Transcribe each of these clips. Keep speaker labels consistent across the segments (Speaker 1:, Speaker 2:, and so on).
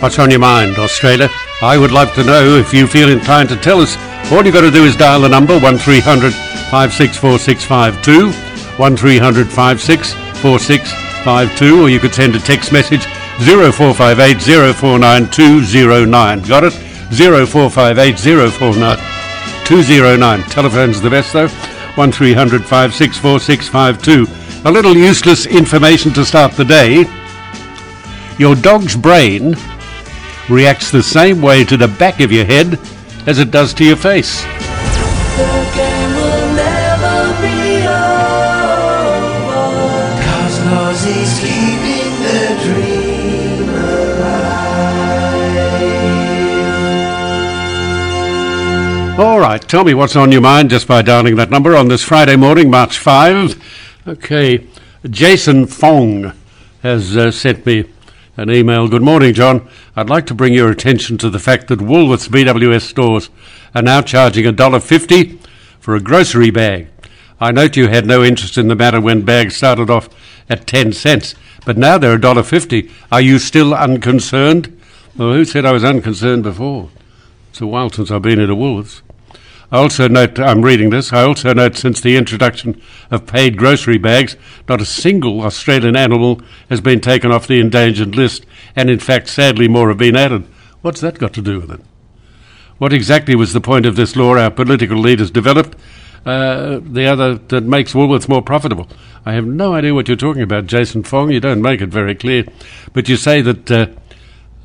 Speaker 1: What's on your mind, Australia? I would love to know if you feel inclined to tell us. All you've got to do is dial the number 1300 564 652, 1300 564 652, or you could send a text message 0458 049209. Got it? 0458 049209. Telephone's the best though. 1300 564 652. A little useless information to start the day. Your dog's brain reacts the same way to the back of your head as it does to your face.
Speaker 2: The game will never be over. Cause Lozzie's keeping the dream
Speaker 1: All right, tell me what's on your mind just by dialing that number on this Friday morning, March 5. Okay, Jason Fong has uh, sent me an email. Good morning, John. I'd like to bring your attention to the fact that Woolworths BWS stores are now charging $1.50 for a grocery bag. I note you had no interest in the matter when bags started off at 10 cents, but now they're $1.50. Are you still unconcerned? Well, who said I was unconcerned before? It's a while since I've been at a Woolworths. I also note, I'm reading this, I also note since the introduction of paid grocery bags, not a single Australian animal has been taken off the endangered list, and in fact, sadly, more have been added. What's that got to do with it? What exactly was the point of this law our political leaders developed? Uh, the other that makes Woolworths more profitable. I have no idea what you're talking about, Jason Fong. You don't make it very clear. But you say that uh,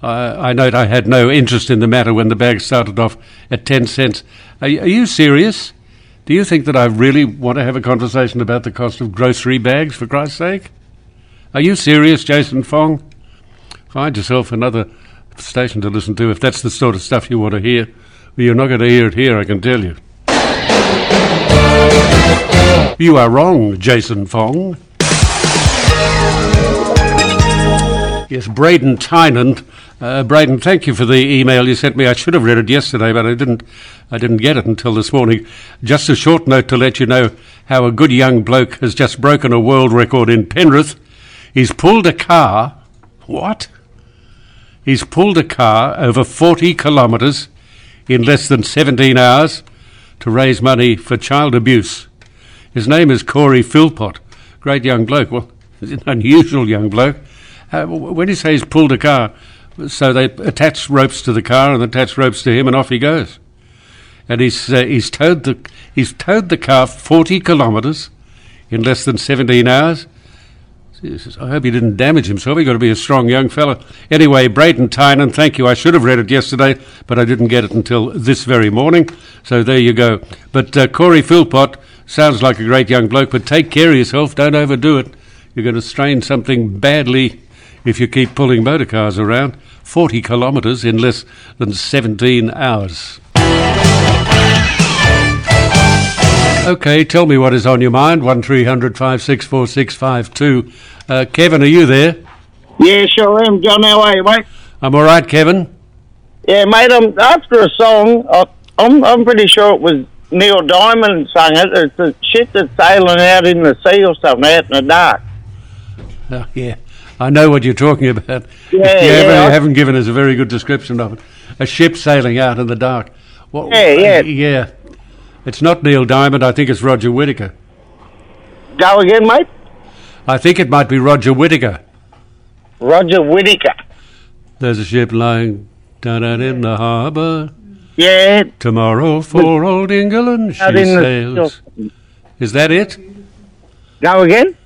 Speaker 1: I I note I had no interest in the matter when the bag started off at 10 cents. Are, y- are you serious? Do you think that I really want to have a conversation about the cost of grocery bags, for Christ's sake? Are you serious, Jason Fong? Find yourself another station to listen to if that's the sort of stuff you want to hear. Well, you're not going to hear it here, I can tell you. You are wrong, Jason Fong. Yes, Braden Tynan. Uh, Braden, thank you for the email you sent me. I should have read it yesterday, but I didn't. I didn't get it until this morning. Just a short note to let you know how a good young bloke has just broken a world record in Penrith. He's pulled a car. What? He's pulled a car over 40 kilometres in less than 17 hours to raise money for child abuse. His name is Corey Philpott. Great young bloke. Well, he's an unusual young bloke. Uh, w- when you say he's pulled a car, so they attach ropes to the car and attach ropes to him, and off he goes. And he's uh, he's towed the he's towed the car forty kilometres in less than seventeen hours. Jesus, I hope he didn't damage himself. He got to be a strong young fellow. Anyway, Braden Tynan, thank you. I should have read it yesterday, but I didn't get it until this very morning. So there you go. But uh, Corey Philpott sounds like a great young bloke, but take care of yourself. Don't overdo it. You're going to strain something badly if you keep pulling motor cars around. 40 kilometres in less than 17 hours. Okay, tell me what is on your mind. 1300 564 652. Uh, Kevin, are you there?
Speaker 3: Yeah, sure am, John. How are you, mate?
Speaker 1: I'm all right, Kevin.
Speaker 3: Yeah, mate. Um, after a song, I, I'm I'm pretty sure it was Neil Diamond sung it. It's the shit that's sailing out in the sea or something out in the dark.
Speaker 1: Oh, yeah, I know what you're talking about.
Speaker 3: Yeah,
Speaker 1: you
Speaker 3: yeah,
Speaker 1: haven't,
Speaker 3: I-
Speaker 1: haven't given us a very good description of it. A ship sailing out in the dark. What, uh,
Speaker 3: Yeah, yeah.
Speaker 1: yeah. It's not Neil Diamond. I think it's Roger Whittaker.
Speaker 3: Go again, mate.
Speaker 1: I think it might be Roger Whittaker.
Speaker 3: Roger Whittaker.
Speaker 1: There's a ship lying down out in the harbour.
Speaker 3: Yeah,
Speaker 1: Tomorrow for old England she
Speaker 3: out in the
Speaker 1: sails. Is that it?
Speaker 3: go again.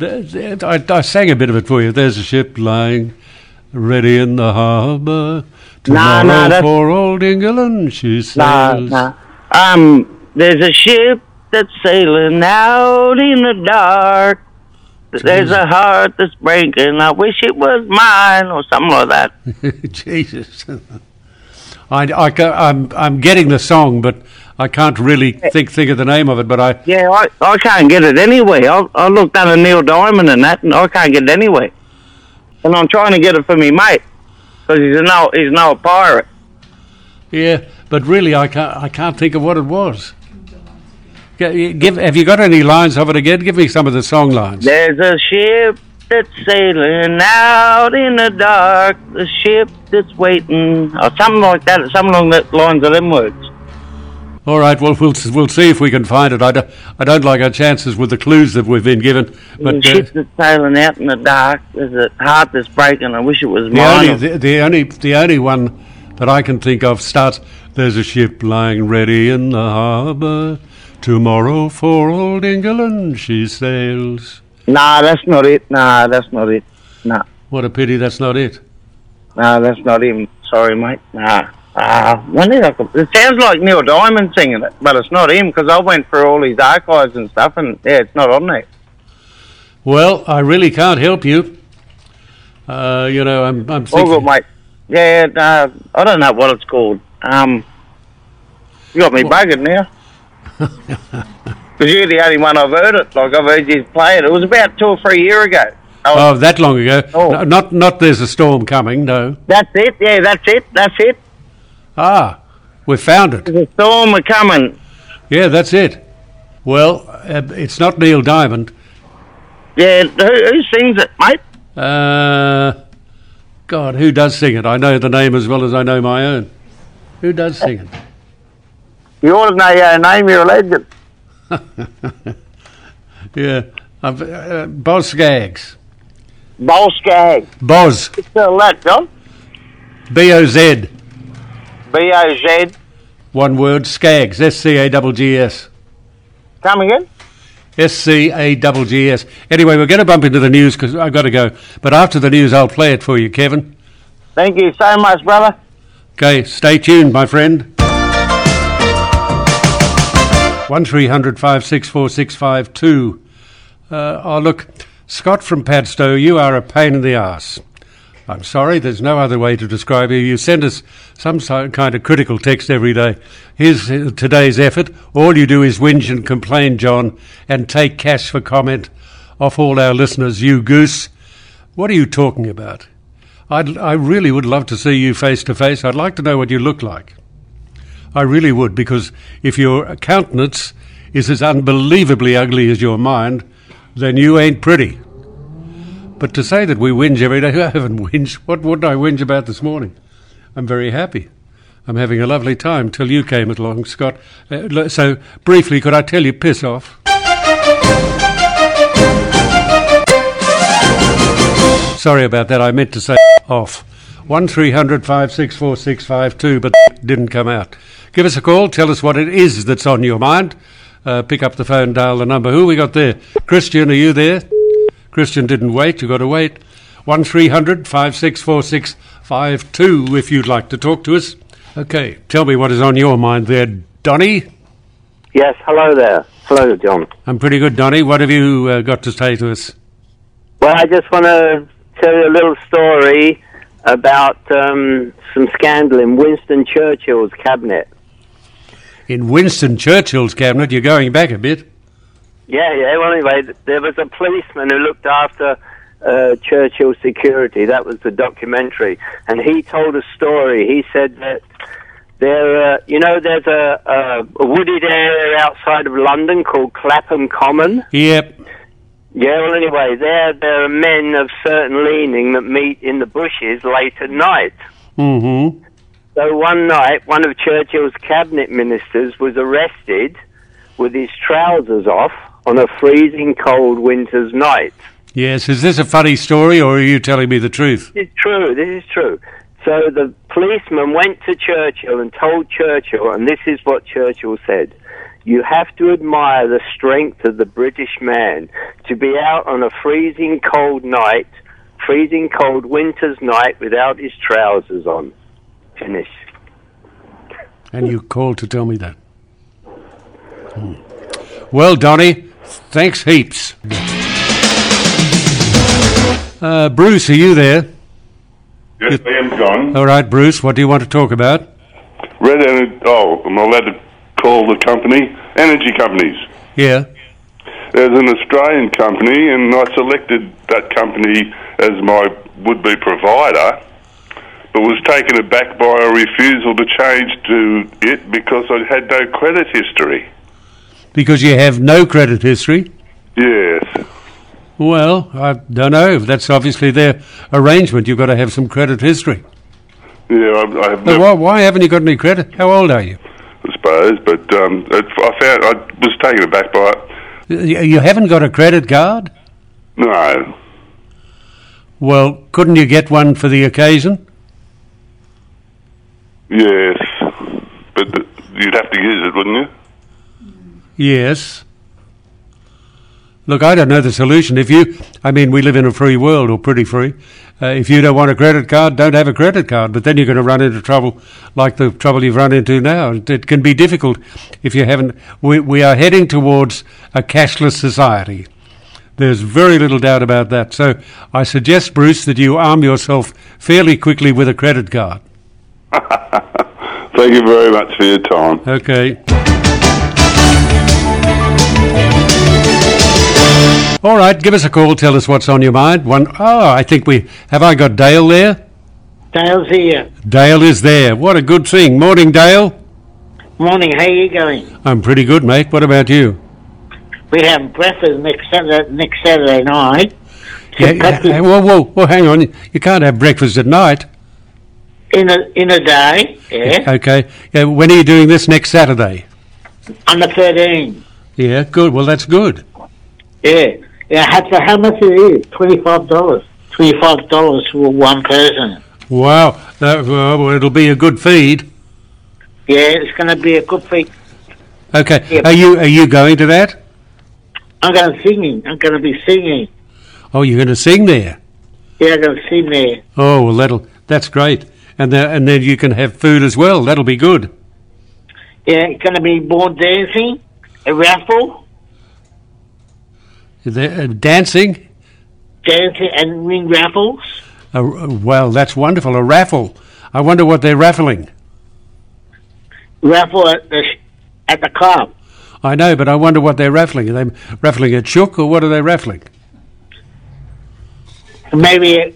Speaker 1: Th- th- I, I sang a bit of it for you. There's a ship lying ready in the harbour.
Speaker 3: Nah,
Speaker 1: Tomorrow
Speaker 3: nah, that's-
Speaker 1: for old England she
Speaker 3: Nah,
Speaker 1: sails.
Speaker 3: nah. Um, there's a ship that's sailing out in the dark. There's a heart that's breaking. I wish it was mine or something like that.
Speaker 1: Jesus. I, I, ca- I'm, I'm getting the song, but I can't really
Speaker 3: Eh.
Speaker 1: think, think of the name of it. But I,
Speaker 3: Yeah, I, I can't get it anyway. I I looked under Neil Diamond and that, and I can't get it anyway. And I'm trying to get it for me mate because he's no he's no pirate.
Speaker 1: yeah, but really, I can't, I can't think of what it was. G- Give, have you got any lines of it again? Give me some of the song lines.
Speaker 3: There's a ship that's sailing out in the dark, the ship that's waiting, or something like that, or something along the lines of them words.
Speaker 1: All right, well, we'll, we'll see if we can find it. I, do, I don't like our chances with the clues that we've been given.
Speaker 3: the
Speaker 1: But uh,
Speaker 3: ship that's sailing out in the dark, there's a heart that's breaking, I wish it was
Speaker 1: the,
Speaker 3: mine.
Speaker 1: only, the, the, only, the only one that I can think of starts There's a ship lying ready in the harbour. Tomorrow for old England she sails.
Speaker 3: nah, that's not it, nah, that's not it, nah,
Speaker 1: What a pity that's not it.
Speaker 3: nah, that's not him, sorry mate, nah. Ah, one thing I could, it sounds like Neil Diamond singing it, but it's not him, because I went through all his archives and stuff, and yeah, it's not on there.
Speaker 1: Well, I really can't help you. Uh, you know, I'm, I'm
Speaker 3: All
Speaker 1: thinking.
Speaker 3: good, mate. Yeah, no, I don't know what it's called. Um, you got me buggered now. Because you're the only one I've heard it. Like I've heard you play it. It was about two or three year ago. I was-
Speaker 1: Oh, that long ago.
Speaker 3: Oh.
Speaker 1: No, not, not there's a storm coming, no.
Speaker 3: That's it. Yeah, that's it. That's it.
Speaker 1: Ah, we found it.
Speaker 3: The storm are coming.
Speaker 1: Yeah, that's it. Well, uh, it's not Neil Diamond.
Speaker 3: Yeah, who, who sings it, mate?
Speaker 1: Uh, God, who does sing it? I know the name as well as I know my own. Who does sing it?
Speaker 3: You ought to know your name. You're a legend.
Speaker 1: Yeah, I've, uh, Boz Skaggs.
Speaker 3: Bolskag.
Speaker 1: Boz,
Speaker 3: Still that, John.
Speaker 1: B O Z,
Speaker 3: B O Z.
Speaker 1: one word, Skaggs, S C A G G S.
Speaker 3: Come again?
Speaker 1: S C A G G S. Anyway, we're going to bump into the news because I've got to go. But after the news, I'll play it for you, Kevin.
Speaker 3: Thank you so much, brother.
Speaker 1: Okay, stay tuned, my friend. One three hundred five six four six five two. Uh, oh, look, Scott from Padstow, you are a pain in the ass. I'm sorry, there's no other way to describe you. You send us some si- kind of critical text every day. Here's uh, today's effort. All you do is whinge and complain, John, and take cash for comment off all our listeners, you goose. What are you talking about? I'd, I really would love to see you face to face. I'd like to know what you look like. I really would, because if your countenance is as unbelievably ugly as your mind, then you ain't pretty. But to say that we whinge every day, I haven't whinged. What would I whinge about this morning? I'm very happy. I'm having a lovely time till you came along, Scott. Uh, l- so, briefly, could I tell you, piss off? Sorry about that. I meant to say off. One 564652 but didn't come out. Give us a call. Tell us what it is that's on your mind. Uh, pick up the phone, dial the number. Who we got there? Christian, are you there? Christian didn't wait. You got to wait. One 564652 if you'd like to talk to us. Okay. Tell me what is on your mind there, Donny.
Speaker 4: Yes, hello there. Hello, John.
Speaker 1: I'm pretty good, Donny. What have you uh, got to say to us?
Speaker 4: Well, I just want to tell you a little story about um, some scandal in Winston Churchill's cabinet.
Speaker 1: In Winston Churchill's cabinet, you're going back a bit.
Speaker 4: Yeah, yeah. Well, anyway, th- there was a policeman who looked after uh, Churchill security. That was the documentary, and he told a story. He said that there, uh, you know, there's a, a- a wooded area outside of London called Clapham Common.
Speaker 1: Yep.
Speaker 4: Yeah, well, anyway, there there are men of certain leaning that meet in the bushes late at night.
Speaker 1: Mm hmm.
Speaker 4: So one night, one of Churchill's cabinet ministers was arrested with his trousers off on a freezing cold winter's night.
Speaker 1: Yes, is this a funny story or are you telling me the truth?
Speaker 4: This is true. This is true. So the policeman went to Churchill and told Churchill, and this is what Churchill said. You have to admire the strength of the British man to be out on a freezing cold night, freezing cold winter's night without his trousers on. Finish.
Speaker 1: And you called to tell me that. Hmm. Well, Donny, thanks heaps. Uh, Bruce, are you there?
Speaker 5: Yes, I am John.
Speaker 1: All right, Bruce, what do you want to talk about?
Speaker 5: Red Energy. Oh, I'm allowed to call the company energy companies.
Speaker 1: Yeah.
Speaker 5: There's an Australian company, and I selected that company as my would-be provider, but was taken aback by a refusal to change to it because I had no credit history.
Speaker 1: Because you have no credit history.
Speaker 5: Yes.
Speaker 1: Well, I don't know. That's obviously their arrangement. You've got to have some credit history.
Speaker 5: Yeah, I, I have
Speaker 1: But
Speaker 5: never,
Speaker 1: why, why haven't you got any credit? How old are you?
Speaker 5: I suppose, but um, it, I found I was taken aback by it.
Speaker 1: You you haven't got a credit card?
Speaker 5: No,
Speaker 1: Well, couldn't you get one for the occasion?
Speaker 5: yes, but th- you'd have to use it, wouldn't you?
Speaker 1: Yes. Look, I don't know the solution. If you, I mean, we live in a free world, or pretty free. Uh, if you don't want a credit card, don't have a credit card. But then you're going to run into trouble like the trouble you've run into now. It, it can be difficult if you haven't. We, we are heading towards a cashless society. There's very little doubt about that. So I suggest, Bruce, that you arm yourself fairly quickly with a credit card.
Speaker 5: Thank you very much for your time.
Speaker 1: Okay. All right, give us a call. Tell us what's on your mind. One, oh, I think we have. I got Dale there.
Speaker 6: Dale's here.
Speaker 1: Dale is there. What a good thing. Morning, Dale.
Speaker 6: Morning, how you going?
Speaker 1: I'm pretty good, mate. What about you?
Speaker 6: We have breakfast next Saturday, next Saturday night.
Speaker 1: Yeah,
Speaker 6: Breakfast
Speaker 1: yeah, whoa, whoa, whoa, hang on. You can't have breakfast at night.
Speaker 6: in a in a day, yeah,
Speaker 1: Okay. Yeah, when are you doing this next Saturday?
Speaker 6: on the 13th.
Speaker 1: Yeah, good. Well, that's good.
Speaker 6: Yeah, yeah. How, so how much it is? Twenty five dollars. Twenty five dollars for one person.
Speaker 1: Wow. That, well, it'll be a good feed.
Speaker 6: Yeah, it's going to be a good thing.
Speaker 1: Okay.
Speaker 6: Yeah.
Speaker 1: Are you are you going to that?
Speaker 6: I'm going to singing. I'm going to be singing.
Speaker 1: Oh, you're going to sing there.
Speaker 6: Yeah, I'm going to sing there.
Speaker 1: Oh well, that'll that's great, and the, and then you can have food as well. That'll be good.
Speaker 6: Yeah, it's going to be more dancing, a raffle,
Speaker 1: The, uh, dancing,
Speaker 6: dancing and ring raffles.
Speaker 1: uh, well, that's wonderful. A raffle. I wonder what they're raffling.
Speaker 6: Raffle at the at the club.
Speaker 1: I know, but I wonder what they're raffling. Are they raffling a chook or what are they raffling?
Speaker 6: Maybe a,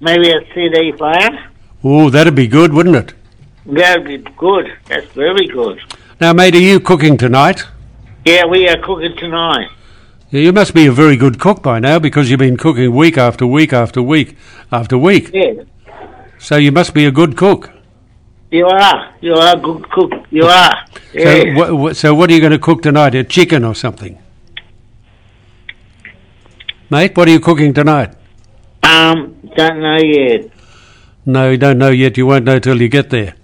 Speaker 6: maybe a CD player.
Speaker 1: Oh, that'd be good, wouldn't it?
Speaker 6: That'd be good. That's very good.
Speaker 1: Now, mate, are you cooking tonight?
Speaker 6: Yeah, we are cooking tonight.
Speaker 1: You must be a very good cook by now because you've been cooking week after week after week after week.
Speaker 6: Yeah,
Speaker 1: So you must be a good cook.
Speaker 6: you are. You are a good cook. You are.
Speaker 1: So,
Speaker 6: Yeah.
Speaker 1: wha- wha- so what are you going to cook tonight? A chicken or something? Mate, what are you cooking tonight?
Speaker 6: um, don't know yet.
Speaker 1: No, you don't know yet. You won't know till you get there.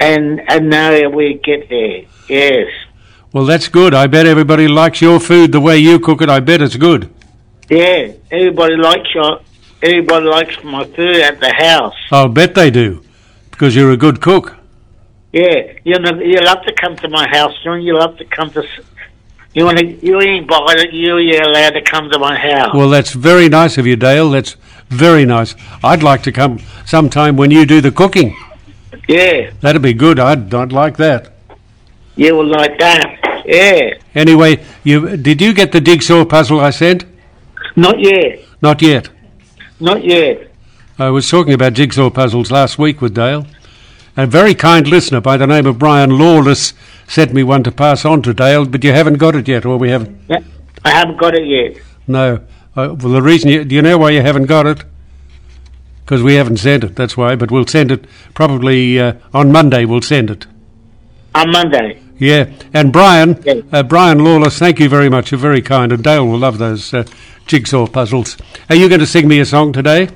Speaker 6: And and now we get there. Yes.
Speaker 1: Well, that's good. I bet everybody likes your food the way you cook it. I bet it's good.
Speaker 6: Yeah. Everybody likes your. Everybody likes my food at the house.
Speaker 1: I'll bet they do, because you're a good cook.
Speaker 6: Yeah. You know, you love to come to my house. You know, you love to come to. s- You want to? You invited. You you're allowed to come to my house.
Speaker 1: Well, that's very nice of you, Dale. That's very nice. I'd like to come sometime when you do the cooking.
Speaker 6: yeah.
Speaker 1: That'd be good. I'd, I'd like that.
Speaker 6: You were like that. Yeah.
Speaker 1: Anyway, you did you get the jigsaw puzzle I sent?
Speaker 6: Not yet.
Speaker 1: Not yet.
Speaker 6: Not yet.
Speaker 1: I was talking about jigsaw puzzles last week with Dale. A very kind listener by the name of Brian Lawless sent me one to pass on to Dale, but you haven't got it yet, or we haven't.
Speaker 6: Yeah, I haven't got it yet.
Speaker 1: No. Uh, well, the reason you, do you know why you haven't got it? Because we haven't sent it. That's why. But we'll send it probably uh, on Monday. We'll send it.
Speaker 6: On Monday.
Speaker 1: Yeah. And Brian,
Speaker 6: Yeah.
Speaker 1: uh, Brian Lawless, thank you very much. You're very kind, and Dale will love those uh, jigsaw puzzles. Are you going to sing me a song today?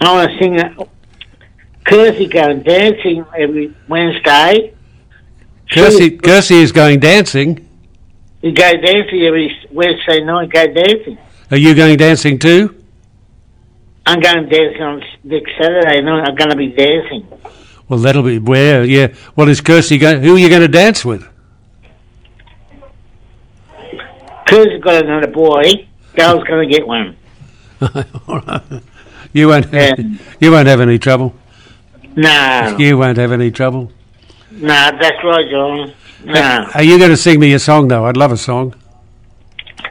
Speaker 6: I want to sing a Kersey going dancing every Wednesday.
Speaker 1: Kirsty, Kirsty is going dancing.
Speaker 6: You go dancing every Wednesday night, go dancing.
Speaker 1: Are you going dancing too?
Speaker 6: I'm going dancing on s- next Saturday night. I'm going to be dancing.
Speaker 1: Well, that'll be where, yeah. Well, is Kirsty going? Who are you going to dance with?
Speaker 6: Kersey got another boy. Dale's going to get one.
Speaker 1: You won't.
Speaker 6: Yeah.
Speaker 1: You won't have any trouble.
Speaker 6: No.
Speaker 1: You won't have any trouble.
Speaker 6: No, that's right, John. No.
Speaker 1: Are you going to sing me a song though? I'd love a song.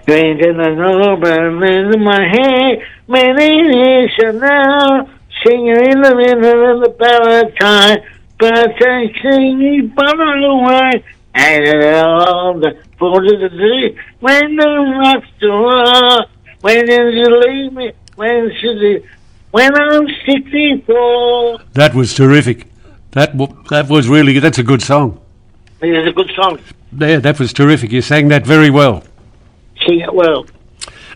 Speaker 6: Bending an over in my head, many now singing in the middle of the ballad time, but I sing you bottle away, and all the forces of the When I'm after all, when did you leave me? When should you? When I'm 64.
Speaker 1: That was terrific. That w- that was really that's a good song.
Speaker 6: It's a good song.
Speaker 1: There, that was terrific. You sang that very well.
Speaker 6: Sing it well.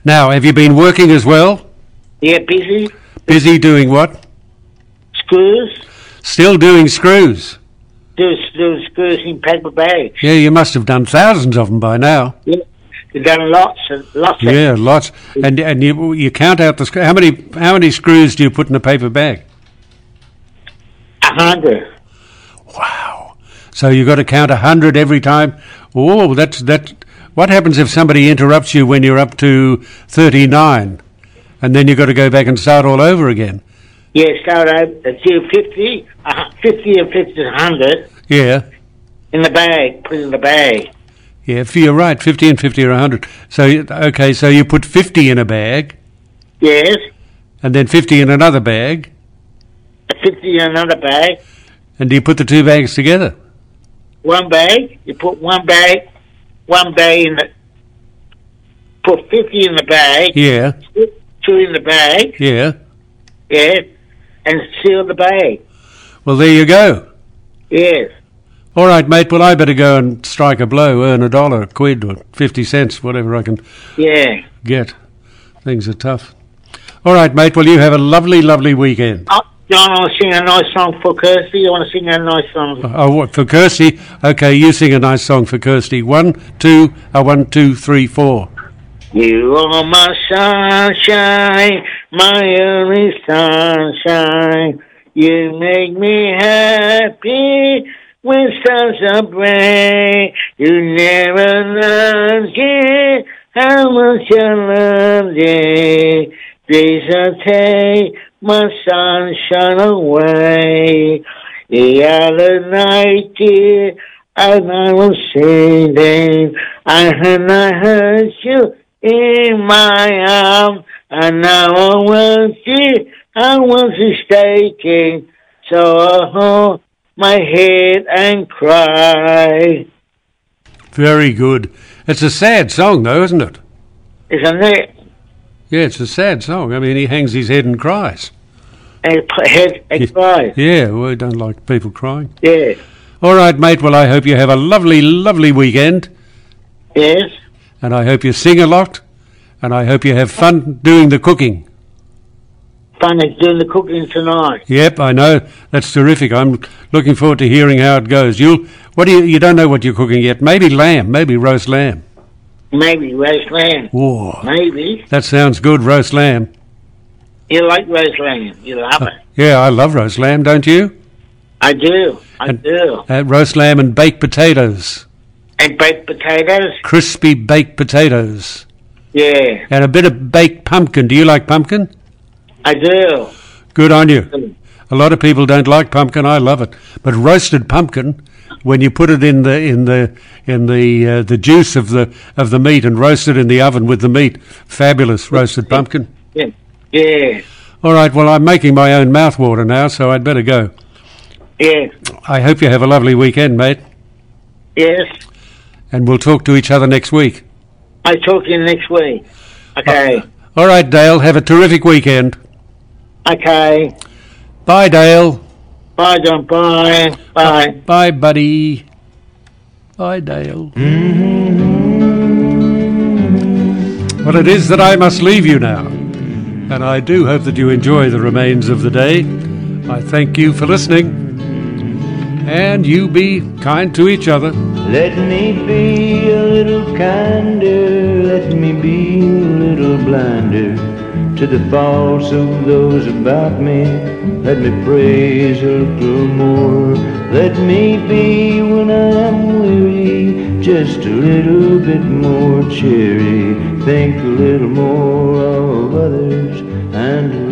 Speaker 1: Now, have you been working as well?
Speaker 6: Yeah, busy.
Speaker 1: Busy doing what?
Speaker 6: Screws.
Speaker 1: Still doing screws.
Speaker 6: Do, do screws in paper bags.
Speaker 1: Yeah, you must have done thousands of them by now.
Speaker 6: Yeah. You've done lots and lots of
Speaker 1: Yeah, lots. And and you you count out the sc- how many how many screws do you put in a paper bag?
Speaker 6: a hundred.
Speaker 1: Wow. So you've got to count a hundred every time. Oh, that's that. What happens if somebody interrupts you when you're up to thirty-nine, and then you've got to go back and start all over again?
Speaker 6: Yeah, start out at two fifty, uh, fifty and fifty and hundred
Speaker 1: Yeah,
Speaker 6: in the bag. Put in the bag.
Speaker 1: yeah. If you're right, fifty and fifty or hundred. So you- okay, so you put fifty in a bag,
Speaker 6: Yes,
Speaker 1: and then fifty in another bag,
Speaker 6: fifty in another bag.
Speaker 1: and do you put the two bags together?
Speaker 6: One bag. You put one bag, one bag in the. Put fifty in the bag.
Speaker 1: Yeah,
Speaker 6: Two in the bag.
Speaker 1: yeah.
Speaker 6: Yeah, and seal the bag.
Speaker 1: Well, there you go.
Speaker 6: Yes.
Speaker 1: All right, mate. Well, I better go and strike a blow, earn a dollar, a quid, or fifty cents, whatever I can
Speaker 6: Yeah.
Speaker 1: get. Things are tough. All right, mate. Well, you have a lovely, lovely weekend.
Speaker 6: Oh, John, I want to sing a nice song for Kirsty. I want to sing a nice song.
Speaker 1: Oh, what, for Kirsty. Okay, you sing a nice song for Kirsty. One, two, uh, one, two, three, four.
Speaker 6: You are my sunshine, my only sunshine. You make me happy when stars are bright. You never loved it, how much I loved it. Please don't take my sunshine away. The other night, dear, and I was singing, I and I heard you in my arms, and now I was it, I was mistaken, so I hold my head and cry.
Speaker 1: Very good. It's a sad song, though, isn't it?
Speaker 6: Isn't it?
Speaker 1: Yeah, it's a sad song. I mean, he hangs his head and cries.
Speaker 6: And p- head and cry.
Speaker 1: Yeah, well, we don't like people crying.
Speaker 6: Yeah.
Speaker 1: All right, mate. Well, I hope you have a lovely, lovely weekend,
Speaker 6: Yes.
Speaker 1: and I hope you sing a lot, and I hope you have fun doing the cooking.
Speaker 6: Funny doing the cooking tonight.
Speaker 1: Yep, I know. That's terrific. I'm looking forward to hearing how it goes. You'll what do you you don't know what you're cooking yet. Maybe lamb, maybe roast lamb.
Speaker 6: Maybe roast lamb.
Speaker 1: Whoa.
Speaker 6: Maybe.
Speaker 1: That sounds good, roast lamb.
Speaker 6: You like roast lamb. You love it.
Speaker 1: Yeah, I love roast lamb, don't you?
Speaker 6: I do. I
Speaker 1: And-
Speaker 6: do.
Speaker 1: Uh, roast lamb and baked potatoes.
Speaker 6: And baked potatoes.
Speaker 1: Crispy baked potatoes.
Speaker 6: Yeah,
Speaker 1: And a bit of baked pumpkin. Do you like pumpkin?
Speaker 6: I do.
Speaker 1: Good on you. A lot of people don't like pumpkin. I love it. But roasted pumpkin, when you put it in the in the in the uh, the juice of the of the meat and roast it in the oven with the meat, fabulous roasted pumpkin.
Speaker 6: Yeah. Yeah.
Speaker 1: All right. Well, I'm making my own mouthwater now, so I'd better go.
Speaker 6: Yeah.
Speaker 1: I hope you have a lovely weekend, mate,
Speaker 6: Yes.
Speaker 1: and we'll talk to each other next week.
Speaker 6: I talk to you next week. Okay.
Speaker 1: All right, Dale. Have a terrific weekend.
Speaker 6: Okay.
Speaker 1: Bye, Dale.
Speaker 6: Bye, John. Bye. Bye.
Speaker 1: Bye, buddy. Bye, Dale. Mm-hmm. Well, it is that I must leave you now. And I do hope that you enjoy the remains of the day. I thank you for listening. And you be kind to each other.
Speaker 7: Let me be a little kinder, let me be a little blinder to the faults of those about me. Let me praise a little more. Let me be when I'm weary, just a little bit more cheery. Think a little more of others and a